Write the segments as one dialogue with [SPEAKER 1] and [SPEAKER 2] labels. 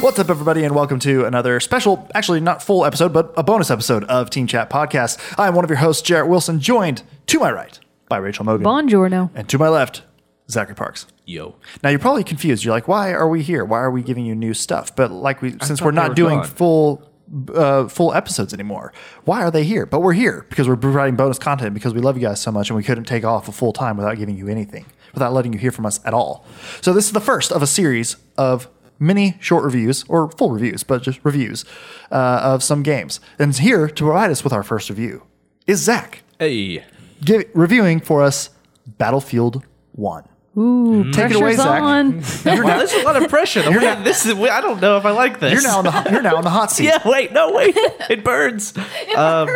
[SPEAKER 1] What's up, everybody, and welcome to another special, actually not full episode, but a bonus episode of Team Chat Podcast. I'm one of your hosts, Jarrett Wilson, joined to my right by Rachel Mogan.
[SPEAKER 2] Bonjourno.
[SPEAKER 1] And to my left, Zachary Parks.
[SPEAKER 3] Yo.
[SPEAKER 1] Now you're probably confused. You're like, why are we here? Why are we giving you new stuff? But like we, since
[SPEAKER 3] thought
[SPEAKER 1] we're
[SPEAKER 3] they
[SPEAKER 1] not
[SPEAKER 3] were
[SPEAKER 1] doing
[SPEAKER 3] gone.
[SPEAKER 1] full uh, full episodes anymore, why are they here? But we're here because we're providing bonus content because we love you guys so much, and we couldn't take off a full time without giving you anything, without letting you hear from us at all. So this is the first of a series of mini short reviews or full reviews, but just reviews uh, of some games. And here to provide us with our first review is Zach
[SPEAKER 3] Hey.
[SPEAKER 1] give, reviewing for us Battlefield One.
[SPEAKER 2] Ooh,
[SPEAKER 1] Take it away,
[SPEAKER 2] pressure's
[SPEAKER 1] Zach.
[SPEAKER 2] on.
[SPEAKER 3] Wow, there's a lot of pressure. The way this is, I don't know if I like this.
[SPEAKER 1] You're now in the hot, you're now in the hot seat.
[SPEAKER 3] Yeah, wait, no, wait. It burns. Um,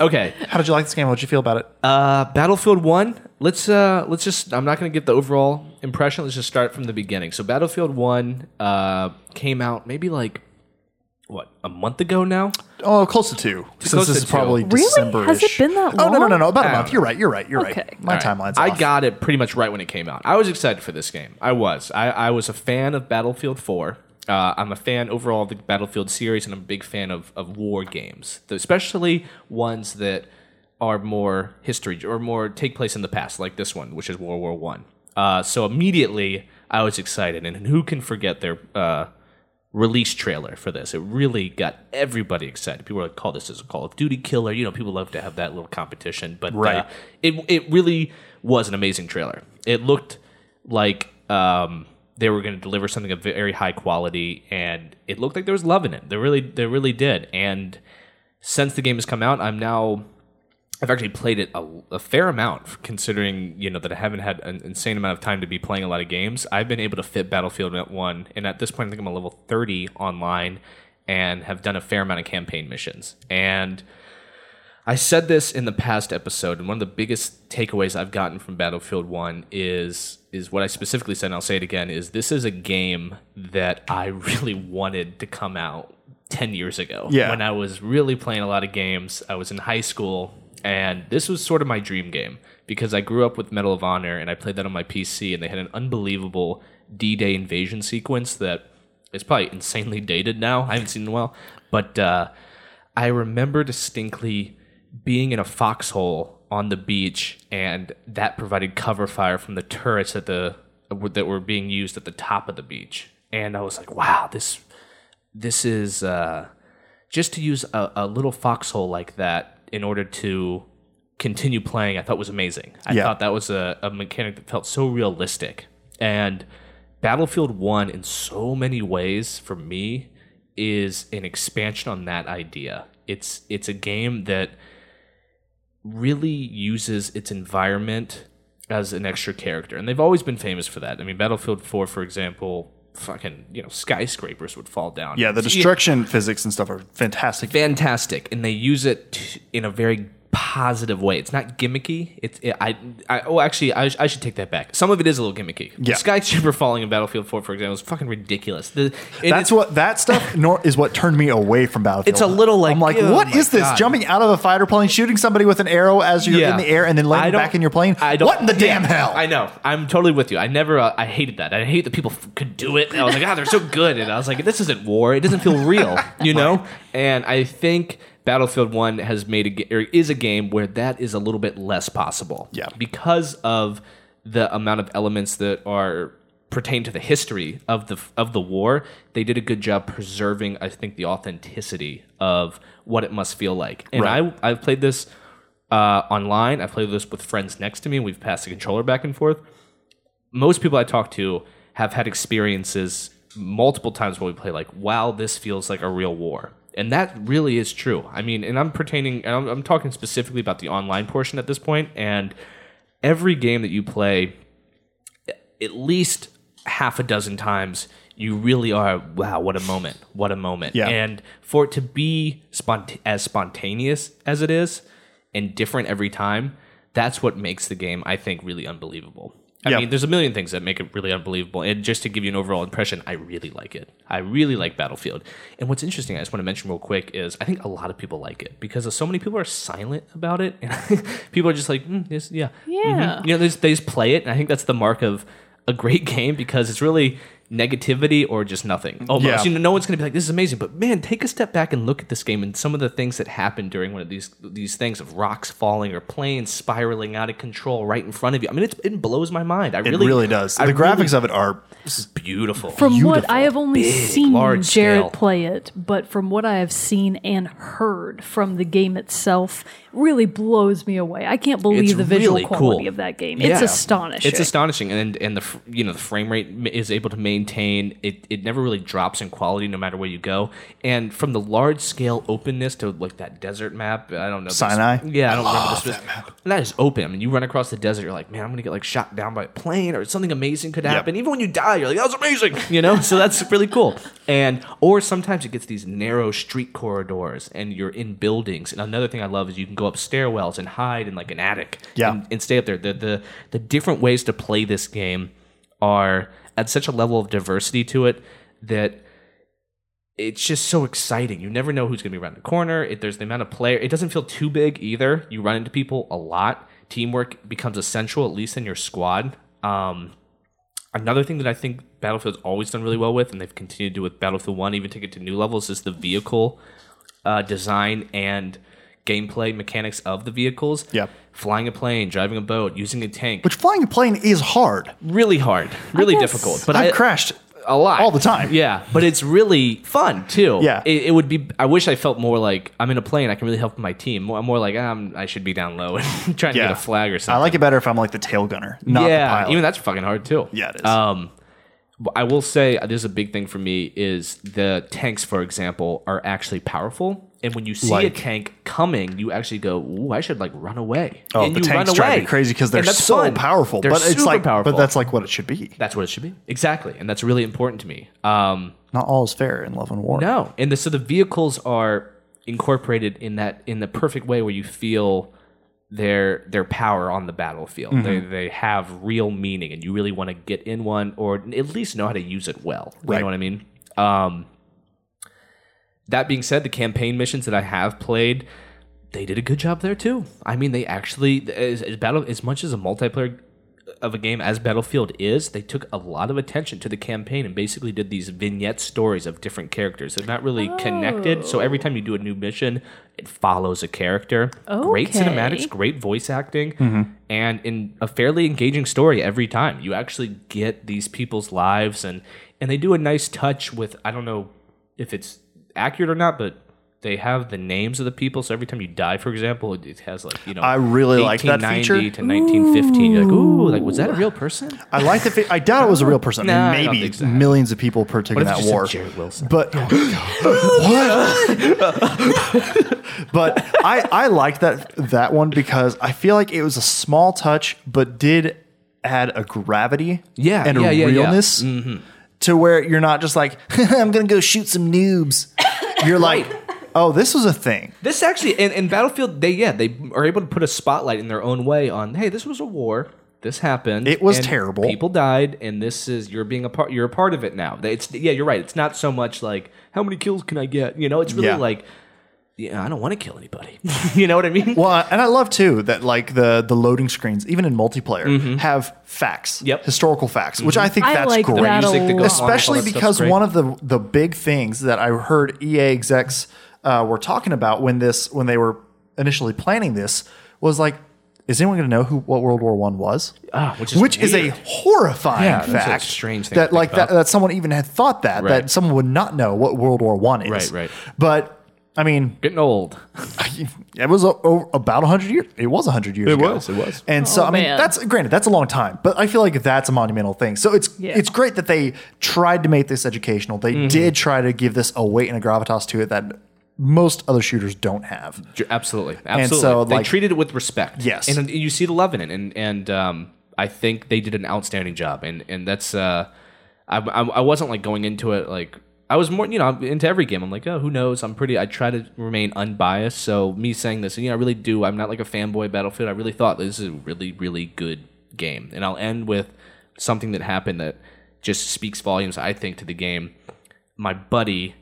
[SPEAKER 3] Okay.
[SPEAKER 1] How did you like this game? How'd you feel about it?
[SPEAKER 3] Uh, Battlefield 1, let's uh let's just I'm not going to give the overall impression. Let's just start from the beginning. So Battlefield 1 uh came out maybe like what, a month ago now?
[SPEAKER 1] oh, close to two. Since
[SPEAKER 3] close
[SPEAKER 1] this
[SPEAKER 3] to
[SPEAKER 1] is
[SPEAKER 3] two.
[SPEAKER 1] probably
[SPEAKER 2] Really? Has
[SPEAKER 1] December.
[SPEAKER 2] it been that
[SPEAKER 1] Oh no, no, no,
[SPEAKER 2] long?
[SPEAKER 1] no. About a
[SPEAKER 3] Oh.
[SPEAKER 1] month. You're right. You're right. You're
[SPEAKER 2] Okay.
[SPEAKER 1] right. My
[SPEAKER 3] All right.
[SPEAKER 1] timeline's.
[SPEAKER 3] I
[SPEAKER 1] off.
[SPEAKER 3] got it pretty much right when it came out. I was excited for this game. I was. I, I was a fan of Battlefield 4. Uh, I'm a fan overall of the Battlefield series, and I'm a big fan of, of war games, Though- especially ones that are more history or more take place in the past, like this one, which is World War One. Uh, so immediately, I was excited, and who can forget their uh, release trailer for this. It really got everybody excited. People were like, "Call this is a Call of Duty killer." You know, people love to have that little competition. But
[SPEAKER 1] Right.
[SPEAKER 3] uh, it it really was an amazing trailer. It looked like um, they were going to deliver something of very high quality, and it looked like there was love in it. They really they really did. And since the game has come out, I'm now I've actually played it a, a fair amount, considering you know that I haven't had an insane amount of time to be playing a lot of games. I've been able to fit Battlefield at one, and at this point, I think I'm a level thirty online, and have done a fair amount of campaign missions. And I said this in the past episode, and one of the biggest takeaways I've gotten from Battlefield One is is what I specifically said, and I'll say it again: is this is a game that I really wanted to come out ten years ago.
[SPEAKER 1] Yeah.
[SPEAKER 3] when I was really playing a lot of games, I was in high school, and this was sort of my dream game because I grew up with Medal of Honor, and I played that on my PC, and they had an unbelievable D-Day invasion sequence that is probably insanely dated now. I haven't seen it in a while, but. Uh, I remember distinctly being in a foxhole on the beach, and that provided cover fire from the turrets at the that were being used at the top of the beach. And I was like, "Wow, this this is uh, just to use a, a little foxhole like that in order to continue playing." I thought was amazing. I
[SPEAKER 1] Yeah.
[SPEAKER 3] thought that was a, a mechanic that felt so realistic. And Battlefield One, in so many ways, for me, is an expansion on that idea. It's it's a game that really uses its environment as an extra character, and they've always been famous for that. I mean, Battlefield Four, for example, fucking you know skyscrapers would fall down.
[SPEAKER 1] Yeah, the destruction physics and stuff are fantastic.
[SPEAKER 3] fantastic, and they use it t- in a very positive way. It's not gimmicky. It's it, I, I oh actually I, sh- I should take that back. Some of it is a little gimmicky.
[SPEAKER 1] Yeah.
[SPEAKER 3] skyscraper falling in Battlefield Four, for example, is fucking ridiculous. The, it-
[SPEAKER 1] That's
[SPEAKER 3] it's-
[SPEAKER 1] what that stuff nor, is what turned me away from Battlefield.
[SPEAKER 3] It's a little like,
[SPEAKER 1] I'm like,
[SPEAKER 3] oh
[SPEAKER 1] what
[SPEAKER 3] my
[SPEAKER 1] is this?
[SPEAKER 3] God.
[SPEAKER 1] Jumping out of a fighter plane, shooting somebody with an arrow as you're
[SPEAKER 3] Yeah.
[SPEAKER 1] in the air, and then
[SPEAKER 3] I
[SPEAKER 1] landing
[SPEAKER 3] don't-
[SPEAKER 1] back in your plane.
[SPEAKER 3] I don't,
[SPEAKER 1] what in the
[SPEAKER 3] yeah,
[SPEAKER 1] damn hell?
[SPEAKER 3] I know. I'm totally with you. I never. Uh, I hated that. I hate that people f- could do it. And I was like, ah, they're so good. And I was like, this isn't war. It doesn't feel real, you know. And I think Battlefield One has made a ga- or is a game where that is a little bit less possible.
[SPEAKER 1] Yeah.
[SPEAKER 3] because of the amount of elements that are pertain to the history of the of the war they did a good job preserving i think the authenticity of what it must feel like and i i've played this uh, online. I've played this with friends next to me. We've passed the controller back and forth. Most people I talk to have had experiences multiple times where we play like, wow, this feels like a real war. And that really is true. I mean, and I'm pertaining, and I'm, I'm talking specifically about the online portion at this point, and every game that you play, at least half a dozen times, you really are, wow, what a moment, what a moment.
[SPEAKER 1] Yeah.
[SPEAKER 3] And for it to be spont- as spontaneous as it is and different every time, that's what makes the game, I think, really unbelievable. I
[SPEAKER 1] Yeah.
[SPEAKER 3] mean, there's a million things that make it really unbelievable. And just to give you an overall impression, I really like it. I really like Battlefield. And what's interesting, I just want to mention real quick, is I think a lot of people like it because so many people are silent about it. And people are just like, mm, this, yeah. mhm."
[SPEAKER 2] Yeah.
[SPEAKER 3] You know, they just, they just play it. And I think that's the mark of a great game because it's really negativity or just nothing. Almost,
[SPEAKER 1] Mm-hmm. Yeah.
[SPEAKER 3] you know, no one's going to be like, "This is amazing," but man, take a step back and look at this game and some of the things that happened during one of these these things of rocks falling or planes spiraling out of control right in front of you. I mean, it's, it blows my mind. I
[SPEAKER 1] It
[SPEAKER 3] really,
[SPEAKER 1] really, does.
[SPEAKER 3] I
[SPEAKER 1] the
[SPEAKER 3] really-
[SPEAKER 1] graphics of it are
[SPEAKER 3] is beautiful.
[SPEAKER 2] From what I have only
[SPEAKER 3] big,
[SPEAKER 2] seen Jared
[SPEAKER 3] large scale.
[SPEAKER 2] play it, but from what I have seen and heard from the game itself, really blows me away. I can't believe
[SPEAKER 3] It's
[SPEAKER 2] the visual
[SPEAKER 3] really cool.
[SPEAKER 2] quality of that game. It's
[SPEAKER 3] Yeah.
[SPEAKER 2] astonishing.
[SPEAKER 3] It's astonishing, and and the fr- you know the frame rate m- is able to maintain. It it never really drops in quality no matter where you go. And from the large scale openness to like that desert map, I don't know the
[SPEAKER 1] Sinai?
[SPEAKER 3] sp- yeah, I don't remember the specific. And that is open. I mean, you run across the desert, you're like, man, I'm gonna get like shot down by a plane or something amazing could happen. Even when you die, you're like, that was amazing, you know. so that's really cool. And or sometimes it gets these narrow street corridors, and you're in buildings. And another thing I love is you can go up stairwells and hide in like an attic
[SPEAKER 1] Yeah.
[SPEAKER 3] and, and stay up there. The, the the different ways to play this game are at such a level of diversity to it that it's just so exciting. You never know who's going to be around the corner. It, there's the amount of player. It doesn't feel too big either. You run into people a lot. Teamwork becomes essential, at least in your squad. Um, another thing that I think Battlefield's always done really well with, and they've continued to do with Battlefield One, even take it to new levels, is the vehicle uh, design and gameplay mechanics of the vehicles.
[SPEAKER 1] Yeah.
[SPEAKER 3] flying a plane, driving a boat, using a tank.
[SPEAKER 1] which flying a plane is hard.
[SPEAKER 3] really hard, really
[SPEAKER 2] guess-
[SPEAKER 3] difficult. But
[SPEAKER 1] I've
[SPEAKER 3] I,
[SPEAKER 1] crashed
[SPEAKER 3] a lot
[SPEAKER 1] all the time.
[SPEAKER 3] yeah but it's really fun too
[SPEAKER 1] Yeah.
[SPEAKER 3] it, it would be i wish i felt more like i'm in a plane i can really help my team more, more like um, i should be down low and trying to get a flag or
[SPEAKER 1] I
[SPEAKER 3] something
[SPEAKER 1] like it better if I'm like the tail gunner, not
[SPEAKER 3] yeah
[SPEAKER 1] the pilot.
[SPEAKER 3] even that's fucking hard too
[SPEAKER 1] yeah, it is.
[SPEAKER 3] um but i will say uh, this is a big thing for me is the tanks for example are actually powerful and when you see a
[SPEAKER 1] Like-
[SPEAKER 3] tank coming, you actually go, "Ooh, I should like run away."
[SPEAKER 1] oh,
[SPEAKER 3] and
[SPEAKER 1] the
[SPEAKER 3] you
[SPEAKER 1] tanks
[SPEAKER 3] run
[SPEAKER 1] drive
[SPEAKER 3] away.
[SPEAKER 1] me crazy because they're
[SPEAKER 3] And that's
[SPEAKER 1] so
[SPEAKER 3] fun.
[SPEAKER 1] powerful.
[SPEAKER 3] They're
[SPEAKER 1] but it's
[SPEAKER 3] super
[SPEAKER 1] like,
[SPEAKER 3] powerful.
[SPEAKER 1] but that's like what it should be.
[SPEAKER 3] that's what it should be exactly, and that's really important to me. Um,
[SPEAKER 1] Not all is fair in love and war.
[SPEAKER 3] No, and the, so the vehicles are incorporated in that in the perfect way where you feel their their power on the battlefield. They they have real meaning, and you really want to get in one or at least know how to use it well. You
[SPEAKER 1] Right.
[SPEAKER 3] know what I mean? Um, that being said, the campaign missions that I have played, they did a good job there too. I mean, they actually as, as battle as much as a multiplayer of a game as Battlefield is, they took a lot of attention to the campaign and basically did these vignette stories of different characters. They're not really connected, so every time you do a new mission, it follows a character. Great
[SPEAKER 2] Okay.
[SPEAKER 3] cinematics, great voice acting,
[SPEAKER 1] Mm-hmm.
[SPEAKER 3] and in a fairly engaging story every time. You actually get these people's lives and and they do a nice touch with I don't know if it's accurate or not, but they have the names of the people. So every time you die, for example, it- it has like you know.
[SPEAKER 1] I really like that
[SPEAKER 3] 1890
[SPEAKER 1] feature.
[SPEAKER 3] to 1915. You're like, ooh, like was that a real person?
[SPEAKER 1] I like the. Fi- I doubt it was a real person.
[SPEAKER 3] Nah,
[SPEAKER 1] I
[SPEAKER 3] I don't
[SPEAKER 1] mean, maybe
[SPEAKER 3] think so.
[SPEAKER 1] millions of people partaking in
[SPEAKER 3] if
[SPEAKER 1] that
[SPEAKER 3] you said
[SPEAKER 1] war.
[SPEAKER 3] Jared Wilson? Oh
[SPEAKER 1] But What? but I I liked that that one because I feel like it was a small touch, but did add a gravity,
[SPEAKER 3] Yeah,
[SPEAKER 1] and
[SPEAKER 3] yeah,
[SPEAKER 1] a
[SPEAKER 3] yeah, Mm-hmm. yeah.
[SPEAKER 1] realness to where you're not just like I'm gonna go shoot some noobs. You're like, oh, this was a thing.
[SPEAKER 3] This actually, in, in Battlefield, they yeah they are able to put a spotlight in their own way on. Hey, this was a war. This happened.
[SPEAKER 1] It was
[SPEAKER 3] and
[SPEAKER 1] terrible.
[SPEAKER 3] People died, and this is you're being a part. You're a part of it now. They- It's yeah, you're right. It's not so much like how many kills can I get. You know, it's really
[SPEAKER 1] Yeah.
[SPEAKER 3] like yeah, I don't want to kill anybody. you know what I mean?
[SPEAKER 1] Well, uh, and I love too that like the the loading screens, even in multiplayer, have facts,
[SPEAKER 3] Mm-hmm. Yep.
[SPEAKER 1] historical facts, which I think
[SPEAKER 2] I
[SPEAKER 1] that's
[SPEAKER 2] like
[SPEAKER 1] great.
[SPEAKER 2] that a
[SPEAKER 3] Music that
[SPEAKER 2] lot.
[SPEAKER 3] goes on. Wow.
[SPEAKER 1] especially
[SPEAKER 3] All that stuff's
[SPEAKER 1] because
[SPEAKER 3] great.
[SPEAKER 1] one of the the big things that I heard EA execs uh, were talking about when this when they were initially planning this was like, is anyone going to know who what World War One was?
[SPEAKER 3] Ah, which is
[SPEAKER 1] a
[SPEAKER 3] weird.
[SPEAKER 1] horrifying
[SPEAKER 3] Yeah, that's a
[SPEAKER 1] fact.
[SPEAKER 3] strange thing to
[SPEAKER 1] that
[SPEAKER 3] think
[SPEAKER 1] like that,
[SPEAKER 3] about.
[SPEAKER 1] that someone even had thought that
[SPEAKER 3] Right.
[SPEAKER 1] that someone would not know what World War One is.
[SPEAKER 3] Right, right.
[SPEAKER 1] But I mean,
[SPEAKER 3] getting old.
[SPEAKER 1] it was o- o- about 100 years. It was 100 years ago.
[SPEAKER 3] was, it was.
[SPEAKER 1] And so,
[SPEAKER 2] Oh,
[SPEAKER 1] I mean,
[SPEAKER 2] man.
[SPEAKER 1] that's granted, that's a long time, but I feel like that's a monumental thing. So it's
[SPEAKER 2] Yeah.
[SPEAKER 1] it's great that they tried to make this educational. They
[SPEAKER 3] Mm-hmm.
[SPEAKER 1] did try to give this a weight and a gravitas to it that most other shooters don't have.
[SPEAKER 3] J- Absolutely, absolutely.
[SPEAKER 1] so,
[SPEAKER 3] they
[SPEAKER 1] like-
[SPEAKER 3] treated it with respect.
[SPEAKER 1] Yes.
[SPEAKER 3] and, you see the love in it, and and um, I think they did an outstanding job, and and that's uh, I, I I wasn't like going into it like I was more you know into every game. I'm like oh who knows. I'm pretty. I try to remain unbiased. So me saying this, you know, I really do. I'm not like a fanboy of Battlefield. I really thought this is a really really good game, and I'll end with something that happened that just speaks volumes. I think to the game my buddy,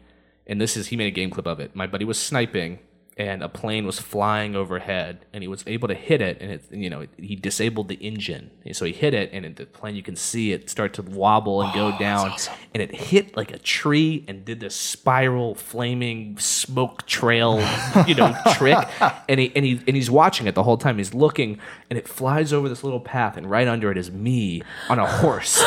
[SPEAKER 3] and this is he made a game clip of it. My buddy was sniping, and a plane was flying overhead, and he was able to hit it, and it, you know, he disabled the engine, and so he hit it, and it, the plane you can see it start to wobble and go down, and it hit like a tree and did this spiral flaming smoke trail, you know, trick, and he and he and he's watching it the whole time. He's looking, and it flies over this little path, and right under it is me on a horse,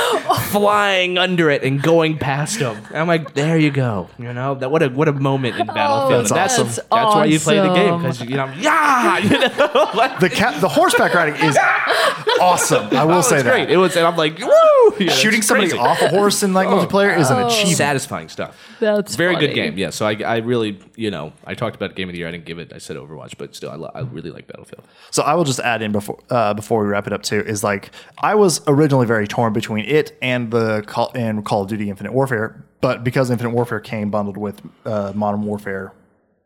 [SPEAKER 3] flying under it and going past him. And I'm like, there you go, you know, that what a what a moment in Battlefield.
[SPEAKER 1] Oh,
[SPEAKER 2] That's
[SPEAKER 3] And that's
[SPEAKER 2] awesome.
[SPEAKER 3] that's, why you play the game because you know, yeah, you know,
[SPEAKER 1] The cat, the horseback riding is awesome. I will
[SPEAKER 3] it
[SPEAKER 1] say
[SPEAKER 3] was
[SPEAKER 1] that.
[SPEAKER 3] Oh, great. It was, and I'm like, woo, You know,
[SPEAKER 1] Shooting
[SPEAKER 3] it's
[SPEAKER 1] somebody
[SPEAKER 3] crazy. Oh.
[SPEAKER 1] off a horse in like multiplayer is an
[SPEAKER 2] Oh.
[SPEAKER 1] achievement.
[SPEAKER 3] satisfying stuff.
[SPEAKER 2] That's
[SPEAKER 3] very
[SPEAKER 2] funny.
[SPEAKER 3] good game. Yeah, so I, I really, you know, I talked about game of the year. I didn't give it. I said Overwatch, but still, I, lo- I really like Battlefield.
[SPEAKER 1] So I will just add in before uh, before we wrap it up too is like I was originally very torn between it and the call and Call of Duty Infinite Warfare, but because Infinite Warfare came bundled with uh, Modern Warfare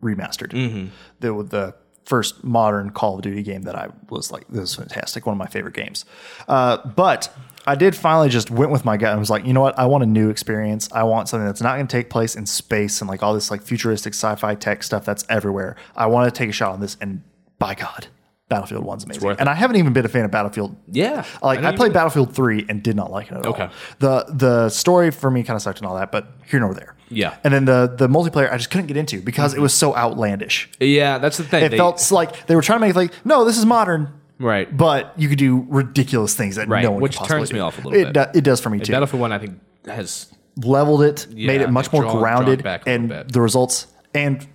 [SPEAKER 1] remastered, the with the first modern Call of Duty game that I was like this is fantastic, one of my favorite games. Uh, but I did finally just went with my gut and was like, you know what? I want a new experience. I want something that's not going to take place in space and like all this like futuristic sci-fi tech stuff that's everywhere. I want to take a shot on this, and by God, Battlefield One's amazing.
[SPEAKER 3] worth it.
[SPEAKER 1] And I haven't even been a fan of Battlefield.
[SPEAKER 3] Yeah,
[SPEAKER 1] Like
[SPEAKER 3] know
[SPEAKER 1] I,
[SPEAKER 3] you
[SPEAKER 1] played
[SPEAKER 3] did.
[SPEAKER 1] Battlefield Three and did not like it at all.
[SPEAKER 3] Okay.
[SPEAKER 1] The the story for me kind of sucked and all that, but here nor there.
[SPEAKER 3] Yeah.
[SPEAKER 1] And then the the multiplayer I just couldn't get into because it was so outlandish.
[SPEAKER 3] Yeah, that's the thing.
[SPEAKER 1] It
[SPEAKER 3] They-
[SPEAKER 1] felt like they were trying to make it like, no, this is modern,
[SPEAKER 3] right,
[SPEAKER 1] but you could do ridiculous things that
[SPEAKER 3] Right,
[SPEAKER 1] no one
[SPEAKER 3] which
[SPEAKER 1] could possibly
[SPEAKER 3] turns me
[SPEAKER 1] do.
[SPEAKER 3] off a little
[SPEAKER 1] it,
[SPEAKER 3] bit.
[SPEAKER 1] do- it does for me too.
[SPEAKER 3] Battlefield One. I think has
[SPEAKER 1] Leveled it, made it
[SPEAKER 3] they've
[SPEAKER 1] much more
[SPEAKER 3] drawn- drawn
[SPEAKER 1] grounded,
[SPEAKER 3] back a little
[SPEAKER 1] and
[SPEAKER 3] bit.
[SPEAKER 1] the results. And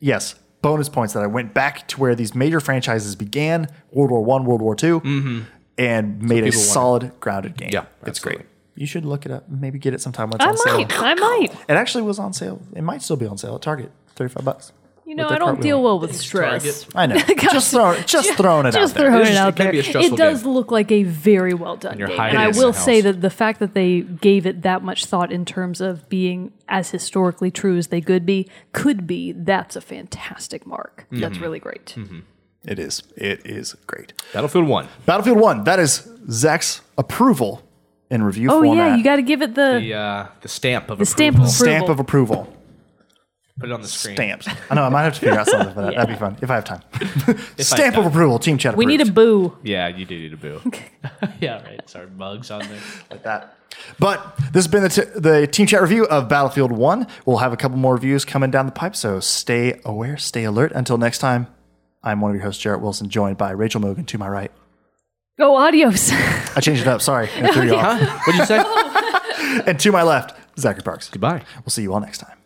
[SPEAKER 1] yes, bonus points that I went back to where these major franchises began: World War One, World War 2 and made a
[SPEAKER 3] Mm-hmm. people want it.
[SPEAKER 1] solid, grounded game.
[SPEAKER 3] Yeah,
[SPEAKER 1] it's
[SPEAKER 3] absolutely.
[SPEAKER 1] great. You should look it up. Maybe get it sometime when it's
[SPEAKER 2] I
[SPEAKER 1] on sale.
[SPEAKER 2] might. I might.
[SPEAKER 1] It actually was on sale. It might still be on sale at Target. Thirty-five bucks.
[SPEAKER 2] You know,
[SPEAKER 1] With their
[SPEAKER 2] I don't
[SPEAKER 1] cartwheel.
[SPEAKER 2] deal well with stress.
[SPEAKER 1] I know. just throw, just throwing it
[SPEAKER 2] Just
[SPEAKER 1] out there.
[SPEAKER 2] throwing
[SPEAKER 3] It's
[SPEAKER 2] it
[SPEAKER 3] just-
[SPEAKER 2] out
[SPEAKER 3] it can
[SPEAKER 2] there.
[SPEAKER 3] be a
[SPEAKER 2] It
[SPEAKER 3] stressful
[SPEAKER 2] does look like a very well done
[SPEAKER 3] you're
[SPEAKER 2] game,
[SPEAKER 3] hiding
[SPEAKER 2] and I
[SPEAKER 1] it
[SPEAKER 2] will
[SPEAKER 3] in the
[SPEAKER 2] say
[SPEAKER 3] house.
[SPEAKER 2] that the fact that they gave it that much thought in terms of being as historically true as they could be, could be, that's a fantastic mark.
[SPEAKER 3] Mm-hmm.
[SPEAKER 2] That's really great.
[SPEAKER 1] Mm-hmm. It is. It is great.
[SPEAKER 3] Battlefield One.
[SPEAKER 1] Battlefield One. That is Zach's approval in review
[SPEAKER 2] Oh
[SPEAKER 1] format.
[SPEAKER 2] yeah, you got to give it the.
[SPEAKER 3] The uh, the stamp of
[SPEAKER 2] The stamp
[SPEAKER 3] approval.
[SPEAKER 2] of-
[SPEAKER 1] stamp of approval.
[SPEAKER 3] Put it on the screen.
[SPEAKER 1] Stamped. I know. I might have to figure out something for that. That'd be fun if I have time. Stamp
[SPEAKER 3] have
[SPEAKER 1] of approval. Team chat.
[SPEAKER 2] We need a boo.
[SPEAKER 3] Yeah, you do need a boo. yeah, right. Sorry, bugs on there.
[SPEAKER 1] like that. But this has been the, t- the team chat review of Battlefield One. We'll have a couple more reviews coming down the pipe, so stay aware, stay alert. Until next time, I'm one of your hosts, Jarrett Wilson, joined by Rachel Mogan to my right.
[SPEAKER 2] Go adios.
[SPEAKER 1] I changed it up. Sorry, I threw you off.
[SPEAKER 3] What'd you say?
[SPEAKER 1] And to my left, Zachary Parks.
[SPEAKER 3] Goodbye.
[SPEAKER 1] We'll see you all next time.